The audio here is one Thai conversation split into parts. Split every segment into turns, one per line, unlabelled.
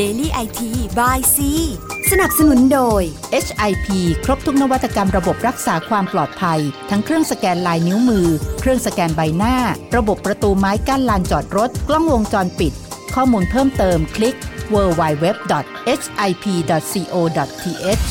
Daily IT by C
สนับสนุนโดย
HIP ครบทุกนวัตกรรมระบบรักษาความปลอดภัย ทั้งเครื่องสแกนลายนิ้วมือ เครื่องสแกนใบหน้า ระบบประตูไม้กั้นลานจอดรถ กล้องวงจรปิด ข้อมูลเพิ่มเติมคลิก www.hip.co.th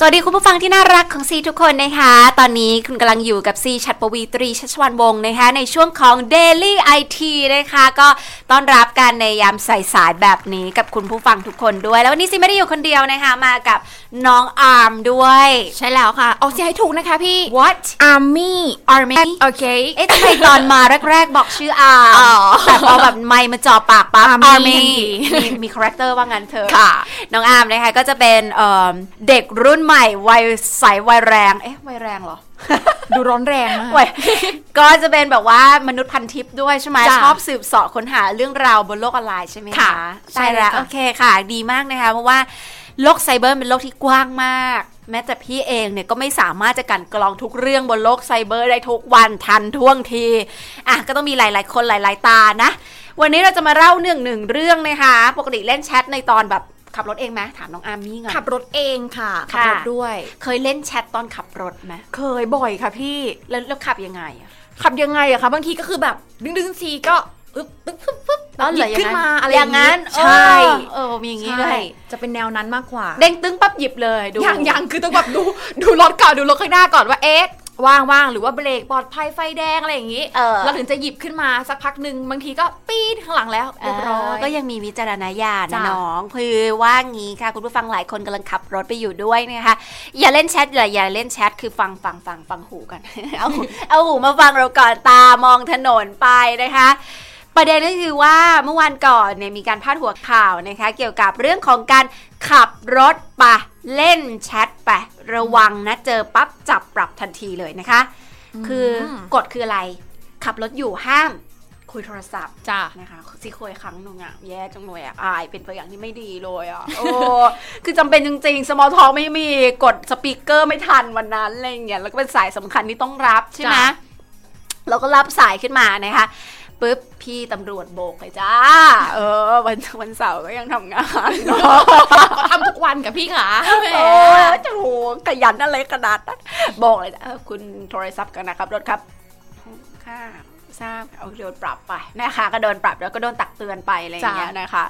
สวัสดีคุณผู้ฟังที่น่ารักของซีทุกคนนะคะ ตอนนี้คุณกำลังอยู่กับซีชัดปวีตรีชัชวันวงศ์นะคะ ในช่วงของ Daily IT นะคะ ก็ต้อนรับกันในยามสายๆแบบนี้กับคุณผู้ฟังทุกคนด้วย แล้ววันนี้ซีไม่ได้อยู่คนเดียวนะคะ มากับน้องอาร์มด้วย
ใช่แล้วค่ะ ออกเสียงให้ถูกนะคะพี่
What
Army
Army
โอเค
เอ๊ะทำไมตอน มาแรก ๆ บอกชื่ออาร์ม
อ๋อ
แต่พอแบบไม่มาจ่อปากปั๊บ
Army
Army
ทัน
มี
ที
มีคาแรคเตอร์ว่างั้นเถอะ
ค่ะ
น้องอาร์มนะคะก็จะเป็นเอิ่มเด็กรุ่นใหม่วัยใสวัยแรง เอ๊ะวัยแรงเหรอ
ดูร้อนแรงมาก
วัยก็จะเป็นแบบว่ามนุษย์พันทิพย์ด้วยใช่ไหม
จ้ะ
ชอบสืบเสาะค้นหาเรื่องราวบนโลกออนไลน์ใช่ไหม
ค่ะใช่
ใช่
เลย
แล้วโอ
ค่ะ
เคค่ะ ดีมากนะคะเพราะว่าโลกไซเบอร์เป็นโลกที่กว้างมาก แม้แต่พี่เองเนี่ยก็ไม่สามารถจะกลันกรองทุกเรื่องบนโลกไซเบอร์ได้ทุกวันทันท่วงทีอ่ะก็ต้องมีหลาย ๆ คนหลาย ๆ ตานะ วันนี้เราจะมาเล่าหนึ่งหนึ่งเรื่องนะคะ ปกติเล่นแชทในตอนแบบขับรถเองไหมถามน้องอาร์มี่ก่อน
ขับรถเองค่ะ ขับ
ค่ะ
รถด้วย
เคยเล่นแชทตอนขับรถไหม
เคยบ่อยค่ะพี่
แล้วแล้วขับยังไงอะ
ขับยังไงอะคะ บางทีก็คือแบบ ดึงดึงๆทีก็อึ๊บปึ๊บปึ๊บปึ๊บ
อ๋อเหรอ
หยิบขึ้นมาอะไร
อย่างนั้น
นี้
ใช่
ใช่
เออมีอย่างนี้
ใช่
ด้วย
จะเป็นแนวนั้นมากกว่า
เด้งตึ้งปั๊บหยิบเลยดู
ยังยังคือต้องแบบดู ดูรถก่อนดูรถข้างหน้าก่อนว่าเอ๊ะว่างว่างหรือว่าเบรกปลอดภัยไฟแดงอะไรอย่างนี้
เออ
เราถึงจะหยิบขึ้นมาสักพักหนึ่งบางทีก็ปี๊ดข้างหลังแล้วเรียบร้อย
ก็ยังมีวิจารณญาณนะ
จ้ะ
น้อง คือว่างี้ค่ะ คุณผู้ฟังหลายคนกำลังขับรถไปอยู่ด้วยนะคะ อย่าเล่นแชทอย่าอย่าเล่นแชทคือฟังฟังฟังฟังหูกัน เอาหูเอาหูมาฟังเราก่อนตามองถนนไปนะคะ ประเด็นก็คือว่าเมื่อวันก่อนเนี่ยมีการพาดหัวข่าวนะคะ เกี่ยวกับเรื่องของการขับรถไปะเล่นแชทไประวังนะ เจอปั๊บจับปรับทันทีเลยนะคะ คือกฎคืออะไร ขับรถอยู่ห้าม คุยโทรศัพท์
จ้า
นะคะซีเคยครั้งหนึ่งอะแย่จังเลยอะอายเป็นตัวอย่างที่ไม่ดีเลยอะโอ้ คือจำเป็นจริงๆ สมอลทอไม่มีกดสปีกเกอร์ไม่ทันวันนั้นอะไรอย่างเงี้ยแล้วก็เป็นสายสำคัญที่ต้องรับใช่ไหม
จ้ะ
เราก็รับสายขึ้นมานะคะปุ๊บพี่ตำรวจโบกเลยจ้า เออ วันวันเสาร์ก็ยังทำงานเนอะ
เขาทำทุกวันกับพี่ขาแหม
โอ้ยจะโหขยันอะไรขนาดนั้นบอกเลยนะเออคุณโทรศัพท์กันนะครับรถครับค่ะทราบเอาโดนปรับไปนะคะก็โดนปรับแล้วก็โดนตักเตือนไปอะไรอย่างเงี้ย
จ้ะ
นะคะ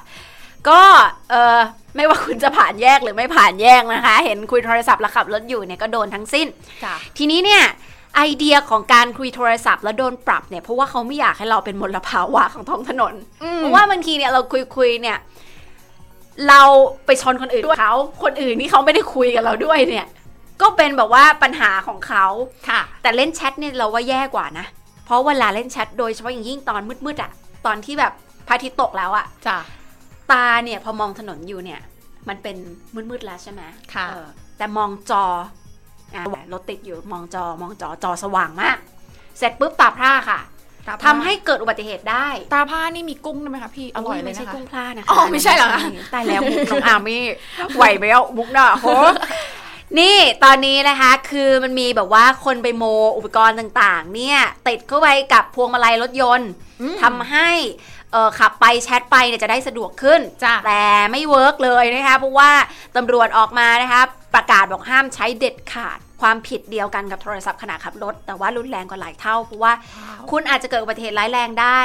ก็เออไม่ว่าคุณจะผ่านแยกหรือไม่ผ่านแยกนะคะ เห็นคุยโทรศัพท์แล้วขับรถอยู่เนี่ยก็โดนทั้งสิ้น
จ้ะ
ทีนี้เนี่ยไอเดียของการคุยโทรศัพท์แล้วโดนปรับเนี่ยเพราะว่าเขาไม่อยากให้เราเป็นมลภาวะของท้องถนน
อืม
เพราะว่าบางทีเนี่ยเราคุยคุยๆเนี่ยเราไปชนคนอื่นด้วยเขาคนอื่นที่เขาไม่ได้คุยกับเราด้วยเนี่ย ก็เป็นแบบว่าปัญหาของเขา
ค่ะ
แต่เล่นแชทเนี่ยเราว่าแย่กว่านะ เพราะเวลาเล่นแชทโดยเฉพาะอย่างยิ่งตอนมืดๆอะตอนที่แบบพระอาทิตย์ตกแล้วอะ
จ้ะ
ตาเนี่ยพอมองถนนอยู่เนี่ย มันเป็นมืดๆแล้วใช่ไหม
ค่ะ
เออแต่มองจออ่ะรถติดอยู่มองจอมองจอจอสว่างมาก เสร็จปุ๊บตาพร่าค่ะทำให้เกิดอุบัติเหตุได้
ตาผ้านี่มีกุ้งด้วยไหมคะพี่ อร่อยเลย
ไม่
นะ
ใช่
คะ
กุ้งพลานะคะ
อ๋อไม่ใช่เหรอคะ
ตายแล้วมุกน้องอาร์มี่ไหวไหมอ่ะมุกน่ะโห นี่ตอนนี้นะคะคือมันมีแบบว่าคนไปโมอุปกรณ์ต่างๆ เนี่ยติดเข้าไปกับพวงมาลัยรถยนต์ทำให้เอ่อขับไปแชทไปเนี่ยจะได้สะดวกขึ้น
จ้ะ
แต่ไม่เวิร์กเลยนะคะเพราะว่าตำรวจออกมานะคะประกาศบอกห้ามใช้เด็ดขาด ความผิดเดียวกันกับโทรศัพท์ขณะขับรถ แต่ว่ารุนแรงกว่าหลายเท่า เพราะว่าคุณอาจจะเกิดอุบัติเหตุร้ายแรงได้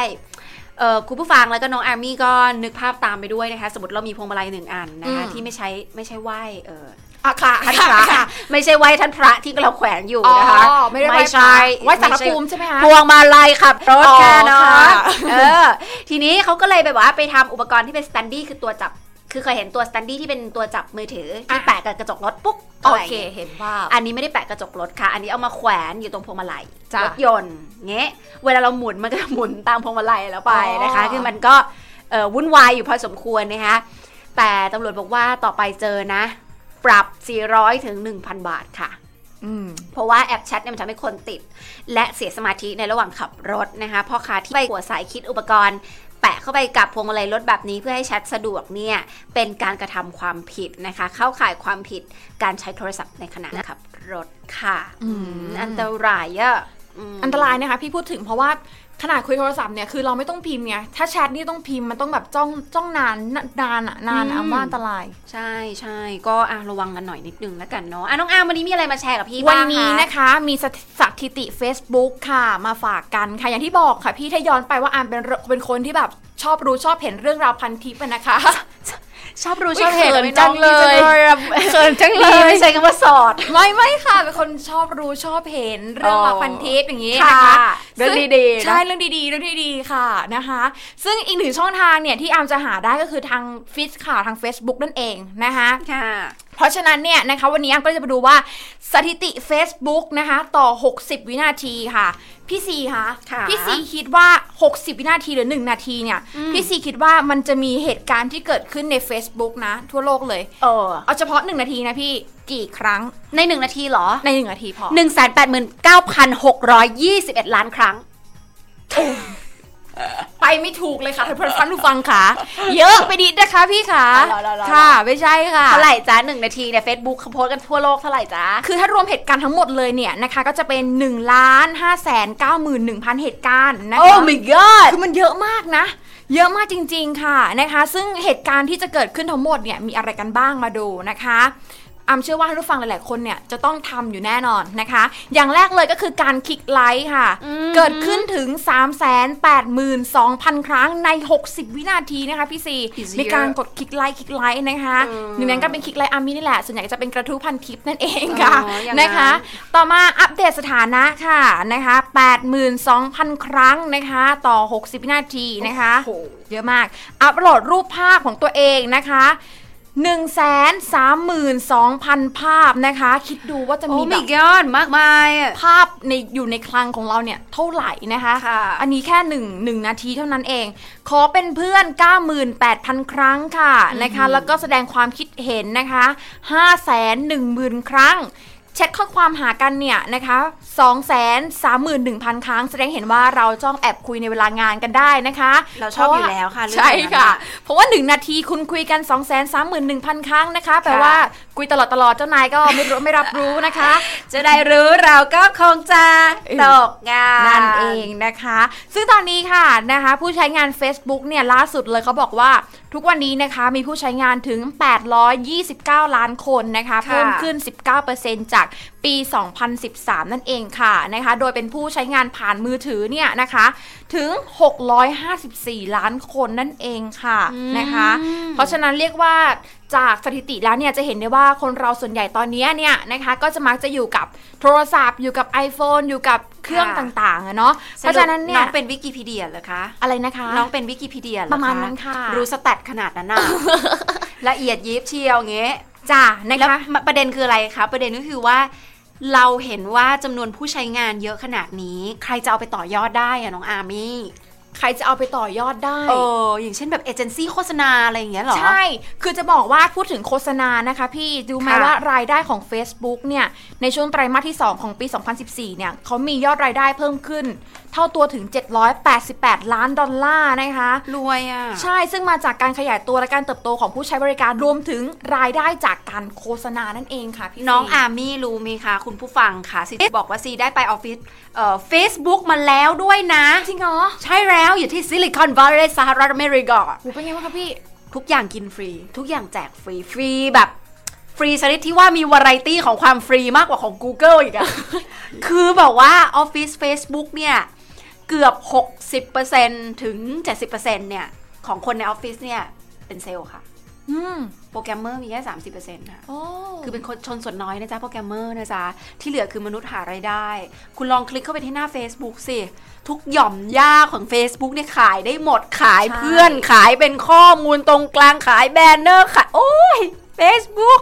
เอ่อคุณผู้ฟังแล้วก็น้องอาร์มี่ก็นึกภาพตามไปด้วยนะคะ สมมติเรามีพวงมาลัยหนึ่งอันนะคะ
อืม
ที่ไม่ใช้ไม่ใช่ไหวเอ่อ
อ่ะค่ะ
ท่านพระ
ค่ะ
ไม่ใช่ไหว้ท่านพระที่เราแขวนอยู่
อ๋อ
นะคะ
ไม่ได้ไหว้
ใช่
ไหว้สาร
ไม่ใช่
ภูมิใช่ไหมคะ
พวงมาลัยขับรถ
อ๋อ
แค่เนาะ
ค่ะ
เออทีนี้เขาก็เลยแบบว่าไปทำอุปกรณ์ที่เป็นสแตนดี้คือตัวจับ คือเคยเห็นตัวสแตนดี้ที่เป็นตัวจับมือถือที่
อ่ะ
แปะกับกระจกรถปุ๊บ
โอ
ข้าไป
เคเห็นว่า
อันนี้ไม่ได้แปะกระจกรถค่ะ อันนี้เอามาแขวนอยู่ตรงพวงมาลัย
จ้ะ
รถยนต์เงี้ยเวลาเราหมุนมันก็หมุนตามพวงมาลัยแล้วไปนะคะ
อ๋อ
คือมันก็เอ่อวุ่นวายอยู่พอสมควรนะคะ แต่ตำรวจบอกว่าต่อไปเจอนะ ปรับ 400 ถึง 1,000 บาทค่ะ
อืม
เพราะว่าแอปแชทเนี่ยมันทำให้คนติด และเสียสมาธิในระหว่างขับรถนะคะพ่อค้าที่ไปหัวสายคิดอุปกรณ์ แปะเข้าไปกับพวงมาลัยรถแบบนี้เพื่อให้แชทสะดวกเนี่ยเป็นการกระทำความผิดนะคะ เข้าข่ายความผิดการใช้โทรศัพท์ในขณะขับรถค่ะ
อืม
อันตรายอะม
อันตรายนะคะ พี่พูดถึงเพราะว่า ขนาดคุยโทรศัพท์เนี่ยคือเราไม่ต้องพิมพ์ไงถ้าแชทนี่ต้องพิมพ์มันต้องแบบจ้องจ้องนานนานอะนานอะ
อืม
ว่าอันตราย
ใช่ใช่ก็อ่ะระวังกันหน่อยนิดนึงแล้วกันเนาะอ่ะน้องอาร์มวันนี้มีอะไรมาแชร์กับพี่
วัน
บ้าง
นี้
คะ
นะคะมีสถิสถิติ Facebook ค่ะมาฝากกันค่ะ อย่างที่บอกค่ะพี่ถ้าย้อนไปว่าอามเป็นเป็นคนที่แบบชอบรู้ชอบเห็นเรื่องราวพันทิปอะนะคะ
ชอบรู้ชอบเห็น
อุ๊ยเขิน
เป็นน้อ
จังเลย
ดีอะ
เขินจังเลย
ดีไม่ใช่คำว่าสอด
ไม่ไม่ค่ะเป็นคนชอบรู้ชอบเห็นเรื่องราว
อ๋อ
พันทิปอย่างนี้นะคะ
ค่ะเรื่อง
ซึ่
ดีๆนะ
ใช่เรื่องดีๆเรื่องดีๆค่ะนะคะ ซึ่งอีกหนึ่งช่องทางเนี่ยที่อามจะหาได้ก็คือทางฟิตค่ะทาง Facebook นั่นเองนะคะ
ค่ะ
เพราะฉะนั้นเนี่ยนะคะวันนี้อังก็จะมาดูว่าสถิติ Facebook นะคะต่อ 60 วินาทีค่ะ พี่ซีคะ
ค่ะ
พี่ซีคิดว่า 60 วินาทีหรือ 1 นาทีเนี่ย
อืม
พี่ซีคิดว่ามันจะมีเหตุการณ์ที่เกิดขึ้นใน Facebook นะ ทั่วโลกเลย
เออ
เอาเฉพาะ 1 นาทีนะพี่กี่ครั้ง
ในหนึ่งนาทีเหรอ
ใน 1 นาทีพอ
หนึ่งแสนแปดหมื่นเก้าพันหกร้อยยี่สิบเอ็ดล้านครั้ง
ไปไม่ถูกเลยค่ะท่านผู้ฟังผู้ฟังค่ะ เยอะไปนิดนะคะพี่ค่ะ
อ๋อเหรอเหรอเหรอ
ค่ะ ไม่ใช่ค่ะ
เท่าไหร่จ้าหนึ่งนาทีเนี่ยเฟซบุ๊กเขาโพสต์กันทั่วโลกเท่าไหร่จ้า
คือถ้ารวมเหตุการณ์ทั้งหมดเลยเนี่ยนะคะ ก็จะเป็น1นึ่งล้านห้าแสนเก้าหมื่นหนึ่งพันเหตุการณ์นะคะ
god
คือมันเยอะมากนะ เยอะมากจริง ๆ ค่ะนะคะ ซึ่งเหตุการณ์ที่จะเกิดขึ้นทั้งหมดเนี่ยมีอะไรกันบ้างมาดูนะคะอามเชื่อว่าท่านผู้ฟังหลาย ๆ คนเนี่ยจะต้องทำอยู่แน่นอนนะคะ อย่างแรกเลยก็คือการคลิกไลค์ค่ะ
อืม
เกิดขึ้นถึง 3 8 2 0 0 0 ครั้งใน 60 วินาทีนะคะพี่ซี
Easier
มีการกดคลิกไลค์คลิกไลค์นะคะ
อืม
หนึ่งในนั้นก็เป็นคลิกไลค์อาร์มี่นี่แหละ ส่วนใหญ่ก็จะเป็นกระทู้พันทิปนั่นเองค่ะ
อ๋ออย่างนั้น
นะคะ ต่อมาอัปเดตสถานะค่ะนะคะ 82,000 ครั้งนะคะต่อ 60วินาทีนะคะ เยอะมาก อัปโหลดรูปภาพของตัวเองนะคะ132,000 ภาพนะคะ คิดดูว่าจะ
โอ้
มี
my
แบบ
god มากมายอะ
ภาพในอยู่ในคลังของเราเนี่ยเท่าไหร่นะคะ
ค่ะ
อันนี้แค่1งนาทีเท่านั้นเอง ขอเป็นเพื่อน 98,000 ครั้งค่ะนะคะ แล้วก็แสดงความคิดเห็นนะคะ 510,000 ครั้ง เช็คข้อความหากันเนี่ยนะคะ231,000 ครั้ง แสดงเห็นว่าเราจ้องแอบคุยในเวลางานกันได้นะคะ
เราชอบ
พะ
อยู่แล้วค่ะเรื่อง
ใช่
แบบนั้น
ค่ะ
น่ะ
เพราะว่า 1 นาทีคุณคุยกัน 2 3 1 0 0 0 ครั้งนะคะ แปลว่าคุยตลอดตลอดๆเจ้านายก็ไม่รู้ไม่รับรู้นะคะ
จะได้รู้เราก็คงจะตกงาน
นั่นเองนะคะ ซึ่งตอนนี้ค่ะนะคะ ผู้ใช้งาน Facebook เนี่ยล่าสุดเลยเขาบอกว่าทุกวันนี้นะคะมีผู้ใช้งานถึง 829 ล้านคนนะคะ เพิ่มขึ้น 19%จากปี 2013 นั่นเองค่ะนะคะ โดยเป็นผู้ใช้งานผ่านมือถือเนี่ยนะคะถึง 654 ล้านคนนั่นเองค่ะนะคะ เพราะฉะนั้นเรียกว่าจากสถิติแล้วเนี่ยจะเห็นได้ว่าคนเราส่วนใหญ่ตอนเนี้ยเนี่ยนะคะ ก็จะมักจะอยู่กับโทรศัพท์ อยู่กับ iPhone อยู่กับเครื่องต่างๆอะเนาะ
ส
เพ
ป
ราะฉะนั้นเนี่
น้อ
ย
งเป็นวิกิพีเดียเหรอคะ
อะไรนะคะ
น้องเป็นวิกิพีเดียเหอค
ประมาณนั้นค่ะ
รู้สแตทขนาดนั้นน่ะ ละเอียดยิบเชียวอย่างเงี้ย
จ้านะ
แล้ว
คะ
ประเด็นคืออะไรคะประเด็นก็คือว่า เราเห็นว่าจำนวนผู้ใช้งานเยอะขนาดนี้ ใครจะเอาไปต่อยอดได้อะน้องอาร์มี่
ใครจะเอาไปต่อยอดได้
เอออย่างเช่นแบบเอเจนซี่โฆษณาอะไรอย่างเงี้ยเหรอ
ใช่ คือจะบอกว่าพูดถึงโฆษณานะคะพี่ ดูไหม
ค่ะ
ว่ารายได้ของ Facebook เนี่ย ในช่วงไตรมาสที่ 2 ของปี 2014 เนี่ยเขามียอดรายได้เพิ่มขึ้น เท่าตัวถึง 788 ล้านดอลลาร์นะคะ
รวยอ่ะ
ใช่ ซึ่งมาจากการขยายตัวและการเติบโตของผู้ใช้บริการรวมถึงรายได้จากการโฆษณานั่นเองค่ะพี่
น้อง
ซี
อาร์มี่รู้ไหมคะ คุณผู้ฟังค่ะซีบอกว่าซีได้ไปออฟฟิศเอ่อเฟซบุ๊กมาแล้วด้วยนะ
จริงเหรอ
ใช่แล้วอยู่ที่ซิลิคอนวัลเลย์สหรัฐอเมริกา
โหเป็นไงบ้างคะพี่
ทุกอย่างกินฟรี ทุกอย่างแจกฟรี ฟรีแบบฟรีชนิดที่ว่ามีวาไรตี้ของความฟรีมากกว่าของ Google อีกอะ คือแบบว่าออฟฟิศ Facebook เนี่ย เกือบ 60%ถึง 70%เนี่ย ของคนในออฟฟิศเนี่ย เป็นเซลล์ค่ะ
อืม
โปรแกรมเมอร์มีแค่ 30%ค่ะ
โอ้
คือเป็นคนชนส่วนน้อยนะจ๊ะโปรแกรมเมอร์นะจ๊ะ ที่เหลือคือมนุษย์หารายได้ คุณลองคลิกเข้าไปที่หน้า Facebook สิ ทุกหย่อมย่าของ Facebook เนี่ยขายได้หมดขายเพื่อนขายเป็นข้อมูลตรงกลางขายแบนเนอร์ขาย โอ้ย Facebook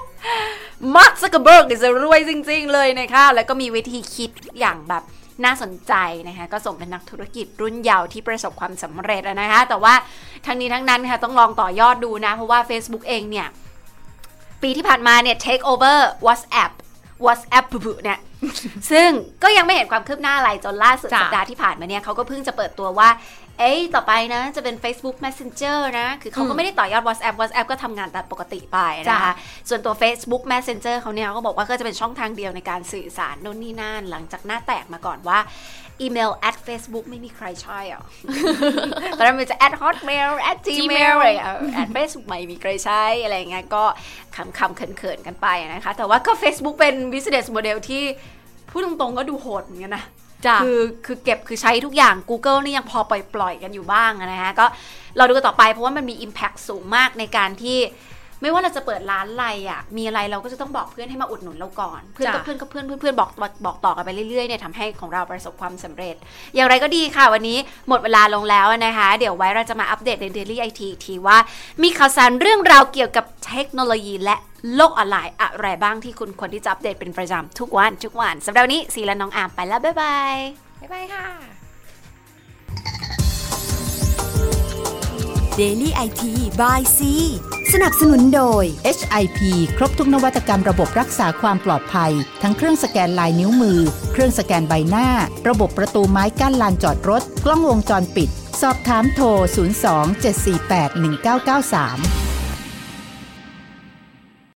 มาร์คซักเกอร์เบิร์กเนี่ยจะรวยจริงๆเลยนะคะแล้วก็มีวิธีคิดอย่างแบบน่าสนใจนะคะก็สมเป็นนักธุรกิจรุ่นเยาว์ที่ประสบความสำเร็จอะนะคะ แต่ว่าทั้งนี้ทั้งนั้นค่ะต้องลองต่อยอดดูนะ เพราะว่า Facebook เองเนี่ย ปีที่ผ่านมาเนี่ย take over WhatsApp WhatsApp ปุ๊บ เนี่ย ซึ่งก็ยังไม่เห็นความคืบหน้าอะไรจนล่าสุด
จ้ะ
สัปดาห์ที่ผ่านมาเนี่ยเขาก็เพิ่งจะเปิดตัวว่า เอ้ยต่อไปนะ จะเป็น Facebook Messenger นะ คือเขาก็ไม่ได้ต่อยอด WhatsApp WhatsApp ก็ทำงานตามปกติไปนะคะ
จ้ะ
ส่วนตัว Facebook Messenger เขาเนี่ยเขาก็บอกว่าก็จะเป็นช่องทางเดียวในการสื่อสารโน่นนี่นั่นหลังจากหน้าแตกมาก่อนว่า อีเมล at facebook ไม่มีใครใช่ หรอ ตอนนั้นมันจะ at hotmail at gmail อะไรอย่างเงี้ย at facebook ไม่มีใครใช้อะไรอย่างเงี้ยก็คำคำๆเขินๆกันไปนะคะ แต่ว่าก็ Facebook เป็น business model ที่พูดตรงๆก็ดูโหดเหมือนกันนะ
จ้ะ
คือคือเก็บคือใช้ทุกอย่าง Google นี่ยังพอปล่อยปล่อยๆกันอยู่บ้างอะนะฮะก็เราดูกันต่อไปเพราะว่ามันมี Impact สูงมากในการที่ ไม่ว่าเราจะเปิดร้านอะไรอ่ะมีอะไรเราก็จะต้องบอกเพื่อนให้มาอุดหนุนเราก่อน เพื่อนก็
จ้ะ
เพื่อนก็เพื่อนเพื่อนเพื่อนบอกบอกบอกต่อกันไปเรื่อยๆเนี่ยทำให้ของเราประสบความสำเร็จ อย่างไรก็ดีค่ะวันนี้หมดเวลาลงแล้วนะคะ เดี๋ยวไว้เราจะมาอัปเดตใน Daily IT อีกทีว่า มีข่าวสารเรื่องราวเกี่ยวกับเทคโนโลยีและโลกออนไลน์อะไรบ้างที่คุณควรที่จะอัปเดตเป็นประจำทุกวันทุกวันสำหรับวันนี้ซีและน้องอามไปแล้วบ๊ายบาย
บ๊ายบายค่ะ
เดลี่ไอทีบายซี
สนับสนุนโดย
HIP ครบทุกนวัตกรรมระบบรักษาความปลอดภัย ทั้งเครื่องสแกนลายนิ้วมือ เครื่องสแกนใบหน้า ระบบประตูไม้กั้นลานจอดรถ กล้องวงจรปิด สอบถามโทร 02 748 1993